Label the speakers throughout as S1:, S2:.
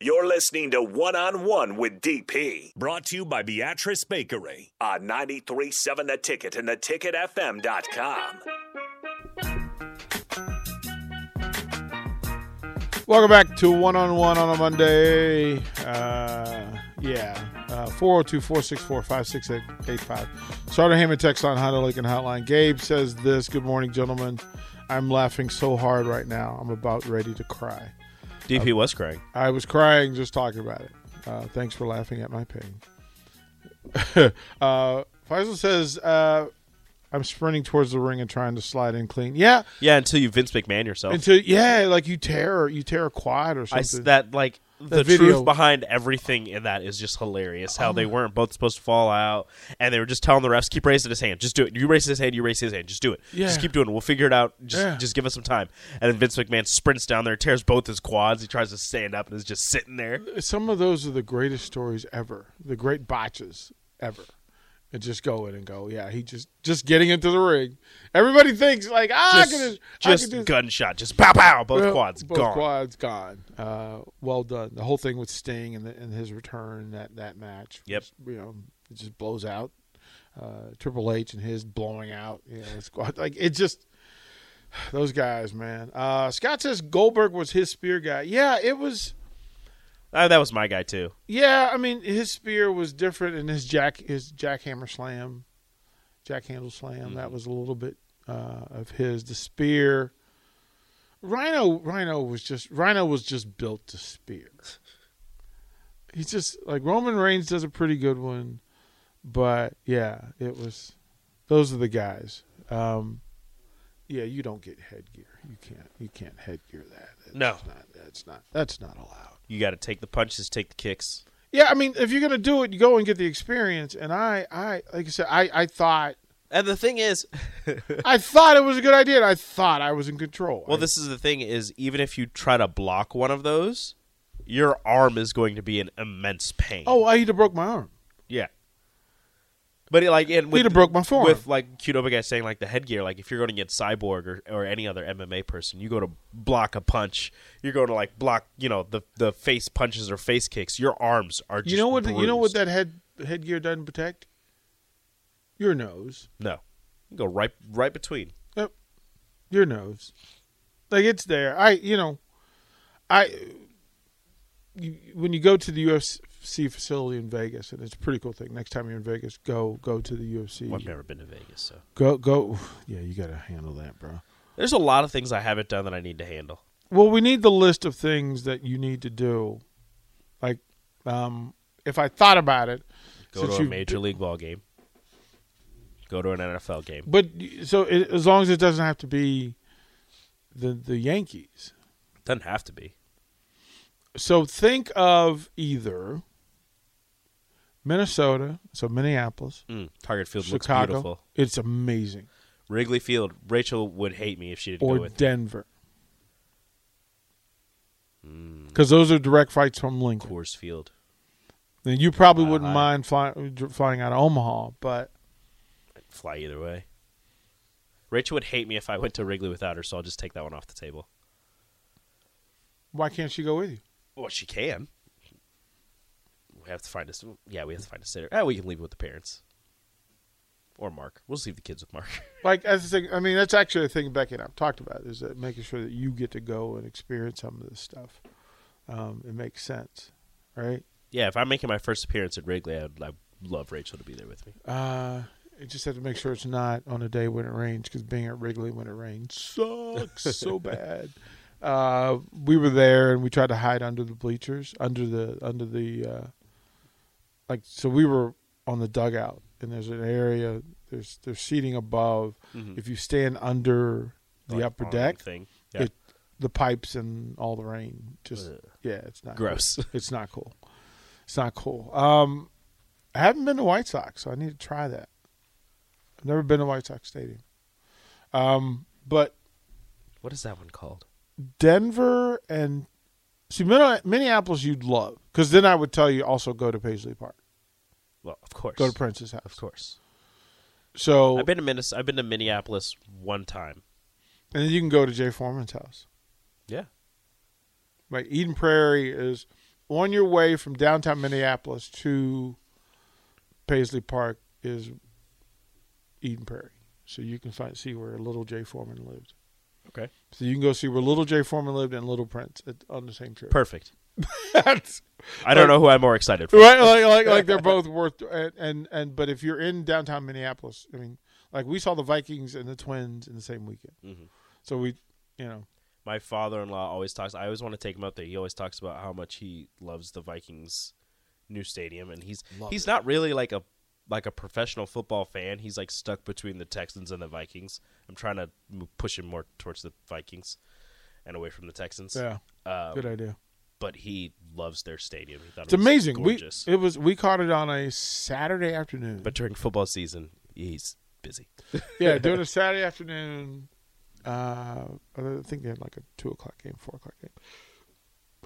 S1: You're listening to One on One with DP
S2: Brought to you by Beatrice Bakery.
S1: on 93.7 The Ticket and theticketfm.com.
S3: Welcome back to One on One on a Monday. Uh, yeah, uh, 402 464 5685. Starter Hammond text line, Honda Lincoln Hotline. Gabe says this Good morning, gentlemen. I'm laughing so hard right now. I'm about ready to cry.
S4: DP was crying.
S3: I was crying just talking about it. Uh, thanks for laughing at my pain. uh, Faisal says, uh, I'm sprinting towards the ring and trying to slide in clean. Yeah,
S4: Yeah, until you Vince McMahon yourself.
S3: until, yeah, like you tear, you tear a quad or
S4: I s
S3: something.
S4: that like the,
S3: video. Oh.
S4: truth behind everything in that is just hilarious. How they weren't both supposed to fall out, and they were just telling the refs, "Keep raising his hand, just do it. You raise his hand, you raise his hand, just do it.
S3: Yeah.
S4: Just keep doing it. We'll figure it out. Just
S3: Yeah.
S4: just give us some time." And then Vince McMahon sprints down there, tears both his quads. He tries to stand up and is just sitting there.
S3: some of those are the greatest stories ever, the great botches ever. And just go in and go, yeah. He just just getting into the ring. Everybody thinks like, ah,
S4: Just,
S3: I could I
S4: just
S3: could
S4: gunshot, just pow pow, both
S3: Well,
S4: quads
S3: both
S4: gone.
S3: quads gone. Uh, well done. The whole thing with Sting and, the, and his return that that match.
S4: Yep.
S3: was, you know, it just blows out. Uh, Triple H and his blowing out. You know, it's quite- like it just those guys, man. Uh, Scott says Goldberg was his spear guy. Yeah, it was.
S4: Uh, that was my guy too.
S3: Yeah, I mean his spear was different, and his jack his jackhammer slam, jackhandle slam that was a little bit uh, of his. The spear, Rhino Rhino was just Rhino was just built to spear. He's just like Roman Reigns does a pretty good one, but yeah, it was. Those are the guys. Um, yeah, you don't get headgear. You can't. You can't headgear that. That's
S4: No.
S3: not, that's not. That's not allowed.
S4: You got to take the punches, take the kicks.
S3: Yeah, I mean, if you're gonna do it, you go and get the experience. And I, I, like I said, I, I thought,
S4: And the thing is,
S3: I thought it was a good idea. And I thought I was in control.
S4: Well,
S3: I-
S4: this is the thing: is even if you try to block one of those, your arm is going to be in immense pain.
S3: oh, I either broke my arm.
S4: yeah. But it, like, and
S3: He'd
S4: with
S3: have broke my forearm.
S4: with like Qdoba guy saying like the headgear, like if you're going to get Cyborg or, or any other MMA person, you go to block a punch, you're going to like block, you know, the the face punches or face kicks. Your arms are just
S3: you know what? You know what
S4: bruised.
S3: that head headgear doesn't protect? Your nose.
S4: no, you go right right between.
S3: Yep. Your nose. Like it's there. I, you know, I. You, when you go to the UFC facility in Vegas, and it's a pretty cool thing. Next time you're in Vegas, go go to the UFC.
S4: Well, I've never been to Vegas, so
S3: Go go. Yeah, you gotta handle that, bro.
S4: there's a lot of things I haven't done that I need to handle.
S3: Well, we need the list of things that you need to do. Like, um, if I thought about it,
S4: Go
S3: since
S4: to a
S3: you-
S4: major league ball game. Go to an NFL game.
S3: But so it, as long as it doesn't have to be the the Yankees.
S4: Doesn't have to be.
S3: So think of either Minnesota, so Minneapolis,
S4: Mm, Target Field looks
S3: Chicago.
S4: beautiful.
S3: It's amazing.
S4: Wrigley Field. Rachel would hate me if she didn't go
S3: Or
S4: with.
S3: Denver.
S4: Hmm.
S3: Because those are direct flights from Lincoln.
S4: Coors Field.
S3: And you probably
S4: Wow,
S3: wouldn't
S4: I-
S3: mind fly, flying out of Omaha, but
S4: Fly either way. Rachel would hate me if I went to Wrigley without her, so I'll just take that one off the table.
S3: why can't she go with you?
S4: Well, she can. We have to find us. Yeah, we have to find a sitter. Ah, we can leave it with the parents. Or Mark. We'll just leave the kids with Mark.
S3: Like that's the thing. I mean, that's actually a thing Becky and I've talked about is that making sure that you get to go and experience some of this stuff. Um, it makes sense, right?
S4: yeah, if I'm making my first appearance at Wrigley, I'd, I'd love Rachel to be there with me.
S3: Uh, you just have to make sure it's not on a day when it rains because being at Wrigley when it rains sucks so bad. Uh, we were there and we tried to hide under the bleachers, under the under the uh, like. So we were on the dugout and there's an area there's there's seating above. If you stand under the
S4: Mm-hmm. Like,
S3: upper
S4: arm
S3: deck,
S4: thing. Yeah.
S3: it, the pipes and all the rain just
S4: Ugh.
S3: yeah, it's not
S4: Gross.
S3: It's not cool. It's not cool. Um, I haven't been to White Sox, so I need to try that. I've never been to White Sox Stadium. Um, but
S4: What is that one called?
S3: Denver and see Minne- Minneapolis, you'd love because then I would tell you also go to Paisley Park,
S4: Well, of course.
S3: go to Prince's house.
S4: Of course.
S3: So
S4: I've been to Minnesota. I've been to Minneapolis one time.
S3: and then you can go to Jay Foreman's house.
S4: Yeah.
S3: Like Eden Prairie is on your way from downtown Minneapolis to Paisley Park is Eden Prairie. So you can find see where Little Jay Foreman lived.
S4: Okay.
S3: So you can go see where Little Jay Foreman lived and Little Prince at, on the same trip.
S4: Perfect.
S3: That's-
S4: I don't know who I'm more excited for.
S3: right, like, like like they're both worth and, and and but if you're in downtown Minneapolis, I mean, like we saw the Vikings and the Twins in the same weekend. So we, you know,
S4: My father-in-law always talks. I always want to take him out there. He always talks about how much he loves the Vikings new stadium, and he's he's not really like a like a professional football fan. He's like stuck between the Texans and the Vikings. I'm trying to m- push him more towards the Vikings and away from the Texans.
S3: yeah,
S4: Um,
S3: good idea.
S4: but he loves their stadium. He thought
S3: It's amazing. We
S4: gorgeous.
S3: it was we caught it on a Saturday afternoon.
S4: but during football season, he's busy.
S3: yeah, doing a Saturday afternoon. Uh, I think they had like a two o'clock game, four o'clock game,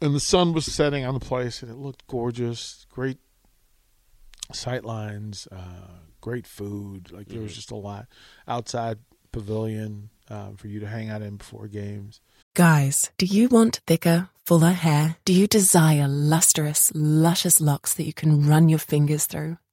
S3: and the sun was setting on the place, and it looked gorgeous. Great sight lines, uh, great food. Like
S4: Mm-hmm.
S3: there was just a lot outside pavilion um, for you to hang out in before games.
S5: Guys, do you want thicker, fuller hair? Do you desire lustrous, luscious locks that you can run your fingers through?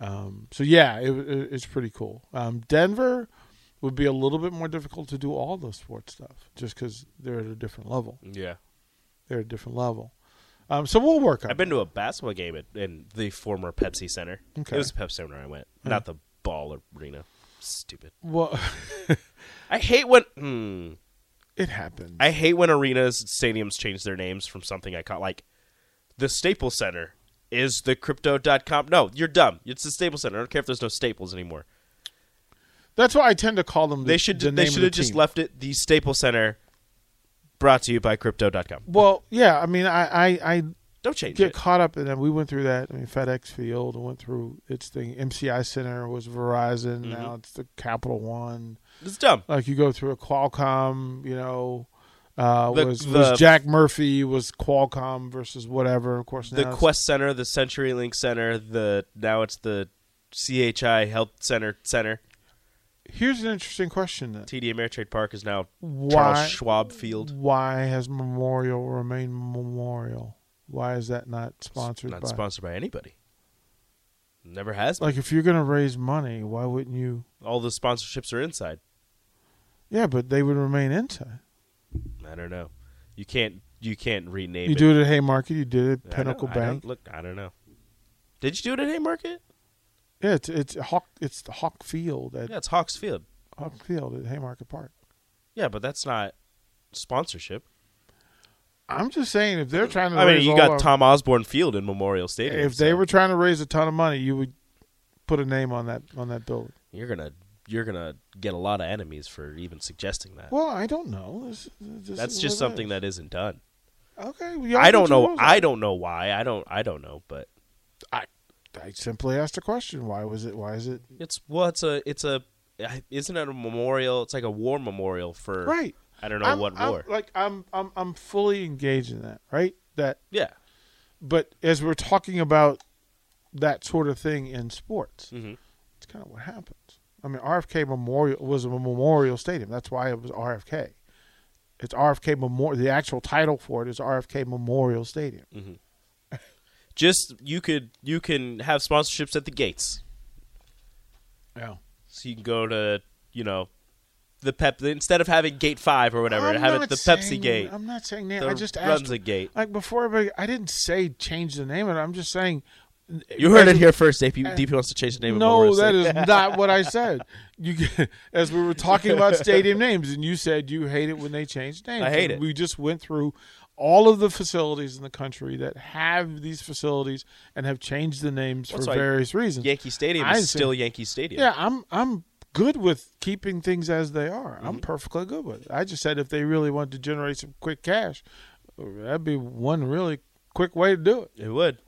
S3: Um, so yeah, it, it, it's pretty cool. Um, Denver would be a little bit more difficult to do all the sports stuff just because they're at a different level.
S4: Yeah.
S3: They're at a different level. Um, so we'll work on.
S4: I've been to a basketball game at, in the former Pepsi Center.
S3: Okay.
S4: It was Pepsi Center I went, not the ball arena. Stupid.
S3: Well,
S4: I hate when mm,
S3: it happened.
S4: I hate when arenas stadiums change their names from something I caught like the Staples Center is the crypto.com. No, you're dumb. It's the Staples Center. I don't care if there's no Staples anymore.
S3: That's why I tend to call them. The,
S4: They should
S3: The
S4: they
S3: name of
S4: should
S3: the
S4: have just
S3: team.
S4: left it the Staples Center brought to you by crypto.com.
S3: Well, yeah. I mean, I I, I
S4: Don't change
S3: get
S4: it.
S3: caught up in that. We went through that. I mean, FedEx Field went through its thing. MCI Center was Verizon.
S4: Mm-hmm.
S3: Now it's the Capital One.
S4: It's dumb.
S3: Like you go through a Qualcomm. You know, uh,
S4: The-
S3: was
S4: the-
S3: was Jack Murphy was Qualcomm versus whatever. Of course, now
S4: the
S3: it's-
S4: Quest Center, the CenturyLink Center, the now it's the CHI Health Center Center.
S3: Here's an interesting question then.
S4: TD Ameritrade Park is now
S3: Why
S4: Charles Schwab Field,
S3: why has Memorial remained Memorial? Why is that not sponsored?
S4: not
S3: by?
S4: sponsored by anybody. Never has. been.
S3: Like if you're gonna raise money, why wouldn't you?
S4: All the sponsorships are inside.
S3: Yeah, but they would remain inside.
S4: I don't know. You can't. You can't rename.
S3: You
S4: it.
S3: do it at Haymarket. You did it
S4: I
S3: at
S4: don't-
S3: Pinnacle
S4: I don't-
S3: Bank.
S4: look, I don't know. Did you do it at Haymarket?
S3: Yeah, it's it's Hawk. It's the Hawk Field at
S4: Yeah, it's Hawks Field.
S3: Hawk Field at Haymarket Park.
S4: Yeah, but that's not sponsorship.
S3: I'm just saying, if they're trying to,
S4: Uh, I mean,
S3: raise
S4: you
S3: all
S4: got
S3: of-
S4: Tom Osborne Field in Memorial Stadium.
S3: If they
S4: so
S3: were trying to raise a ton of money, you would put a name on that on that building.
S4: you're gonna, you're gonna get a lot of enemies for even suggesting that.
S3: Well, I don't know. This, this
S4: That's
S3: is what
S4: just
S3: it
S4: something
S3: is.
S4: that isn't done.
S3: okay. well, y'all
S4: I
S3: get your
S4: don't know.
S3: rules out.
S4: I don't know why. I don't. I don't know. But
S3: I I simply asked a question. Why was it? Why is it?
S4: it's well. It's a. It's a. Isn't it a memorial? It's like a war memorial for.
S3: Right.
S4: I don't know
S3: I'm-
S4: what
S3: I'm-
S4: war.
S3: Like I'm I'm I'm fully engaged in that. Right. That
S4: yeah.
S3: but as we're talking about that sort of thing in sports,
S4: Mhm.
S3: it's kind of what happens. I mean, RFK Memorial was a memorial stadium. That's why it was RFK. It's RFK Memorial. The actual title for it is RFK Memorial Stadium.
S4: Just you could you can have sponsorships at the gates,
S3: Yeah.
S4: so you can go to you know, the Pep instead of having Gate Five or whatever,
S3: I'm
S4: have it
S3: not
S4: the
S3: saying-
S4: Pepsi Gate,
S3: I'm not saying that.
S4: the
S3: I just asked.
S4: Runza Gate.
S3: Like before, everybody, I didn't say change the name of it. I'm just saying uh,
S4: You heard it here first. DP, DP wants to change the name.
S3: No,
S4: of
S3: that is not what I said. You, g- as we were talking about stadium names, and you said you hate it when they change names.
S4: I hate
S3: And
S4: it.
S3: We just went through all of the facilities in the country that have these facilities and have changed the names
S4: That's
S3: for
S4: why
S3: various reasons.
S4: Yankee Stadium
S3: I
S4: is
S3: didn't say-
S4: still Yankee Stadium.
S3: Yeah, I'm I'm good with keeping things as they are.
S4: Mm-hmm.
S3: I'm perfectly good with it. I just said if they really wanted to generate some quick cash, that'd be one really quick way to do it.
S4: it would.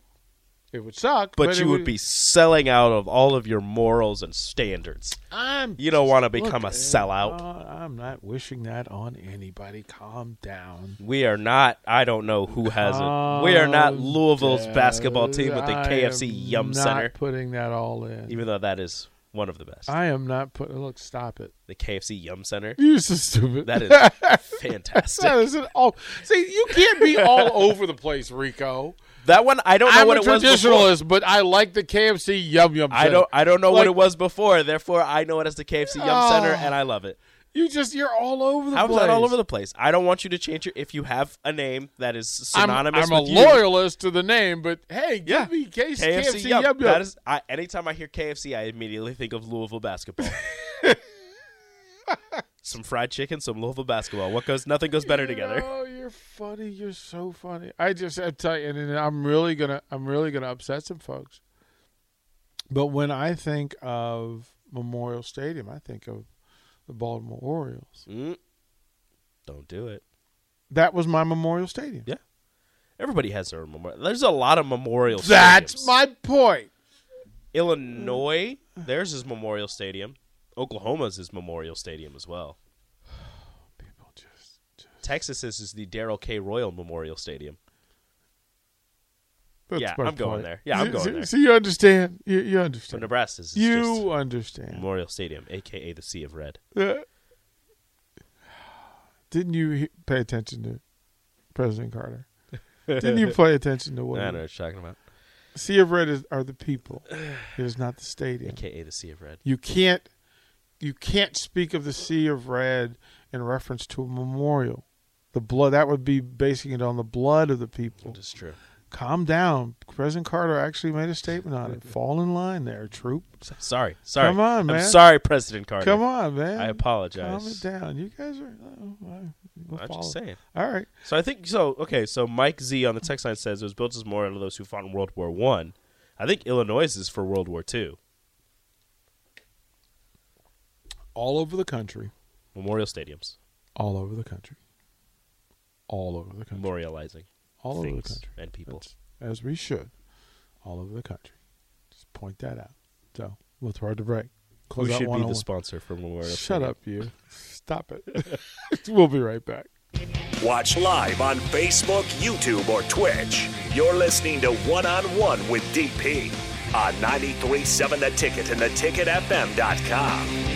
S3: It would suck,
S4: But,
S3: it
S4: you would be selling out of all of your morals and standards.
S3: I'm
S4: You don't want to
S3: Look,
S4: become a
S3: uh,
S4: sellout.
S3: uh, I'm not wishing that on anybody. Calm down.
S4: We are not. I don't know who has it. We are not
S3: Calm
S4: Louisville's
S3: down.
S4: basketball team with the
S3: I
S4: KFC
S3: am
S4: Yum
S3: not
S4: Center,
S3: Putting that all in.
S4: even though that is one of the best.
S3: I am not putting. Look, stop it.
S4: the KFC Yum Center.
S3: You're so stupid.
S4: That is
S3: that
S4: fantastic.
S3: is an all. See, you can't be all over the place, Rico.
S4: That one I don't know
S3: I'm
S4: what
S3: a
S4: it was. Before.
S3: traditionalist, but I like the KFC Yum Yum.
S4: I
S3: Center.
S4: don't. I don't know
S3: Like-
S4: what it was before. Therefore, I know it as the KFC Yum
S3: Oh.
S4: Center, and I love it.
S3: You just you're all over the
S4: I'm
S3: place.
S4: not all over the place. I don't want you to change your. If you have a name that is
S3: I'm,
S4: synonymous
S3: I'm a
S4: with you,
S3: loyalist to the name, but hey, give
S4: Yeah.
S3: me KFC,
S4: KFC,
S3: Yum
S4: Yum.
S3: Yum.
S4: That is, I, anytime I hear KFC, I immediately think of Louisville basketball. some fried chicken, some Louisville basketball. What goes? Nothing goes better together.
S3: Oh, you're funny. You're so funny. I just I tell you, and, and I'm really gonna I'm really gonna upset some folks. But when I think of Memorial Stadium, I think of the Baltimore Orioles.
S4: Mm. Don't do it.
S3: That was my Memorial Stadium.
S4: Yeah. Everybody has their memorial. There's a lot of memorial.
S3: That's
S4: stadiums.
S3: my point.
S4: Illinois. Theirs is Memorial Stadium. Oklahoma's is Memorial Stadium as well.
S3: People just
S4: Texas's is the Daryl K. Royal Memorial Stadium.
S3: that's
S4: Yeah,
S3: my
S4: I'm going
S3: point.
S4: there. Yeah, I'm
S3: See-
S4: going
S3: see,
S4: there.
S3: See, you understand. You, you
S4: So
S3: understand.
S4: Nebraska's is
S3: you
S4: just
S3: understand.
S4: Memorial Stadium, aka the Sea of Red.
S3: Uh, Didn't you he- pay attention to President Carter? Didn't you pay attention to what?
S4: I
S3: he-
S4: know what you're talking about.
S3: Sea of Red is, are the people. It is not the stadium.
S4: AKA the Sea of Red.
S3: You can't you can't speak of the Sea of Red in reference to a memorial. The blood that would be basing it on the blood of the people.
S4: Which is true.
S3: Calm down. President Carter actually made a statement on it. Fall in line there, troop.
S4: Sorry, sorry.
S3: Come on, man.
S4: I'm sorry, President Carter.
S3: Come on, man.
S4: I
S3: Calm
S4: apologize.
S3: it down. You guys are oh, well, we'll
S4: I'm
S3: follow.
S4: just saying.
S3: All right.
S4: So I think so. Okay, so Mike Z on the text line says it was built as memorial to those who fought in World War One. I. think Illinois is for World War Two.
S3: All over the country.
S4: Memorial stadiums,
S3: All over the country. All over the country.
S4: memorializing
S3: All over the
S4: things
S3: country.
S4: and people.
S3: That's- as we should, all over the country. Just point that out. So we'll throw it to break.
S4: Who
S3: Close out
S4: should be the
S3: one-on-one.
S4: sponsor for Memorial?
S3: Shut
S4: Stadium?
S3: up, you. Stop it. we'll be right back.
S1: Watch live on Facebook, YouTube, or Twitch. You're listening to One on One with DP on 937 The Ticket and theticketfm.com.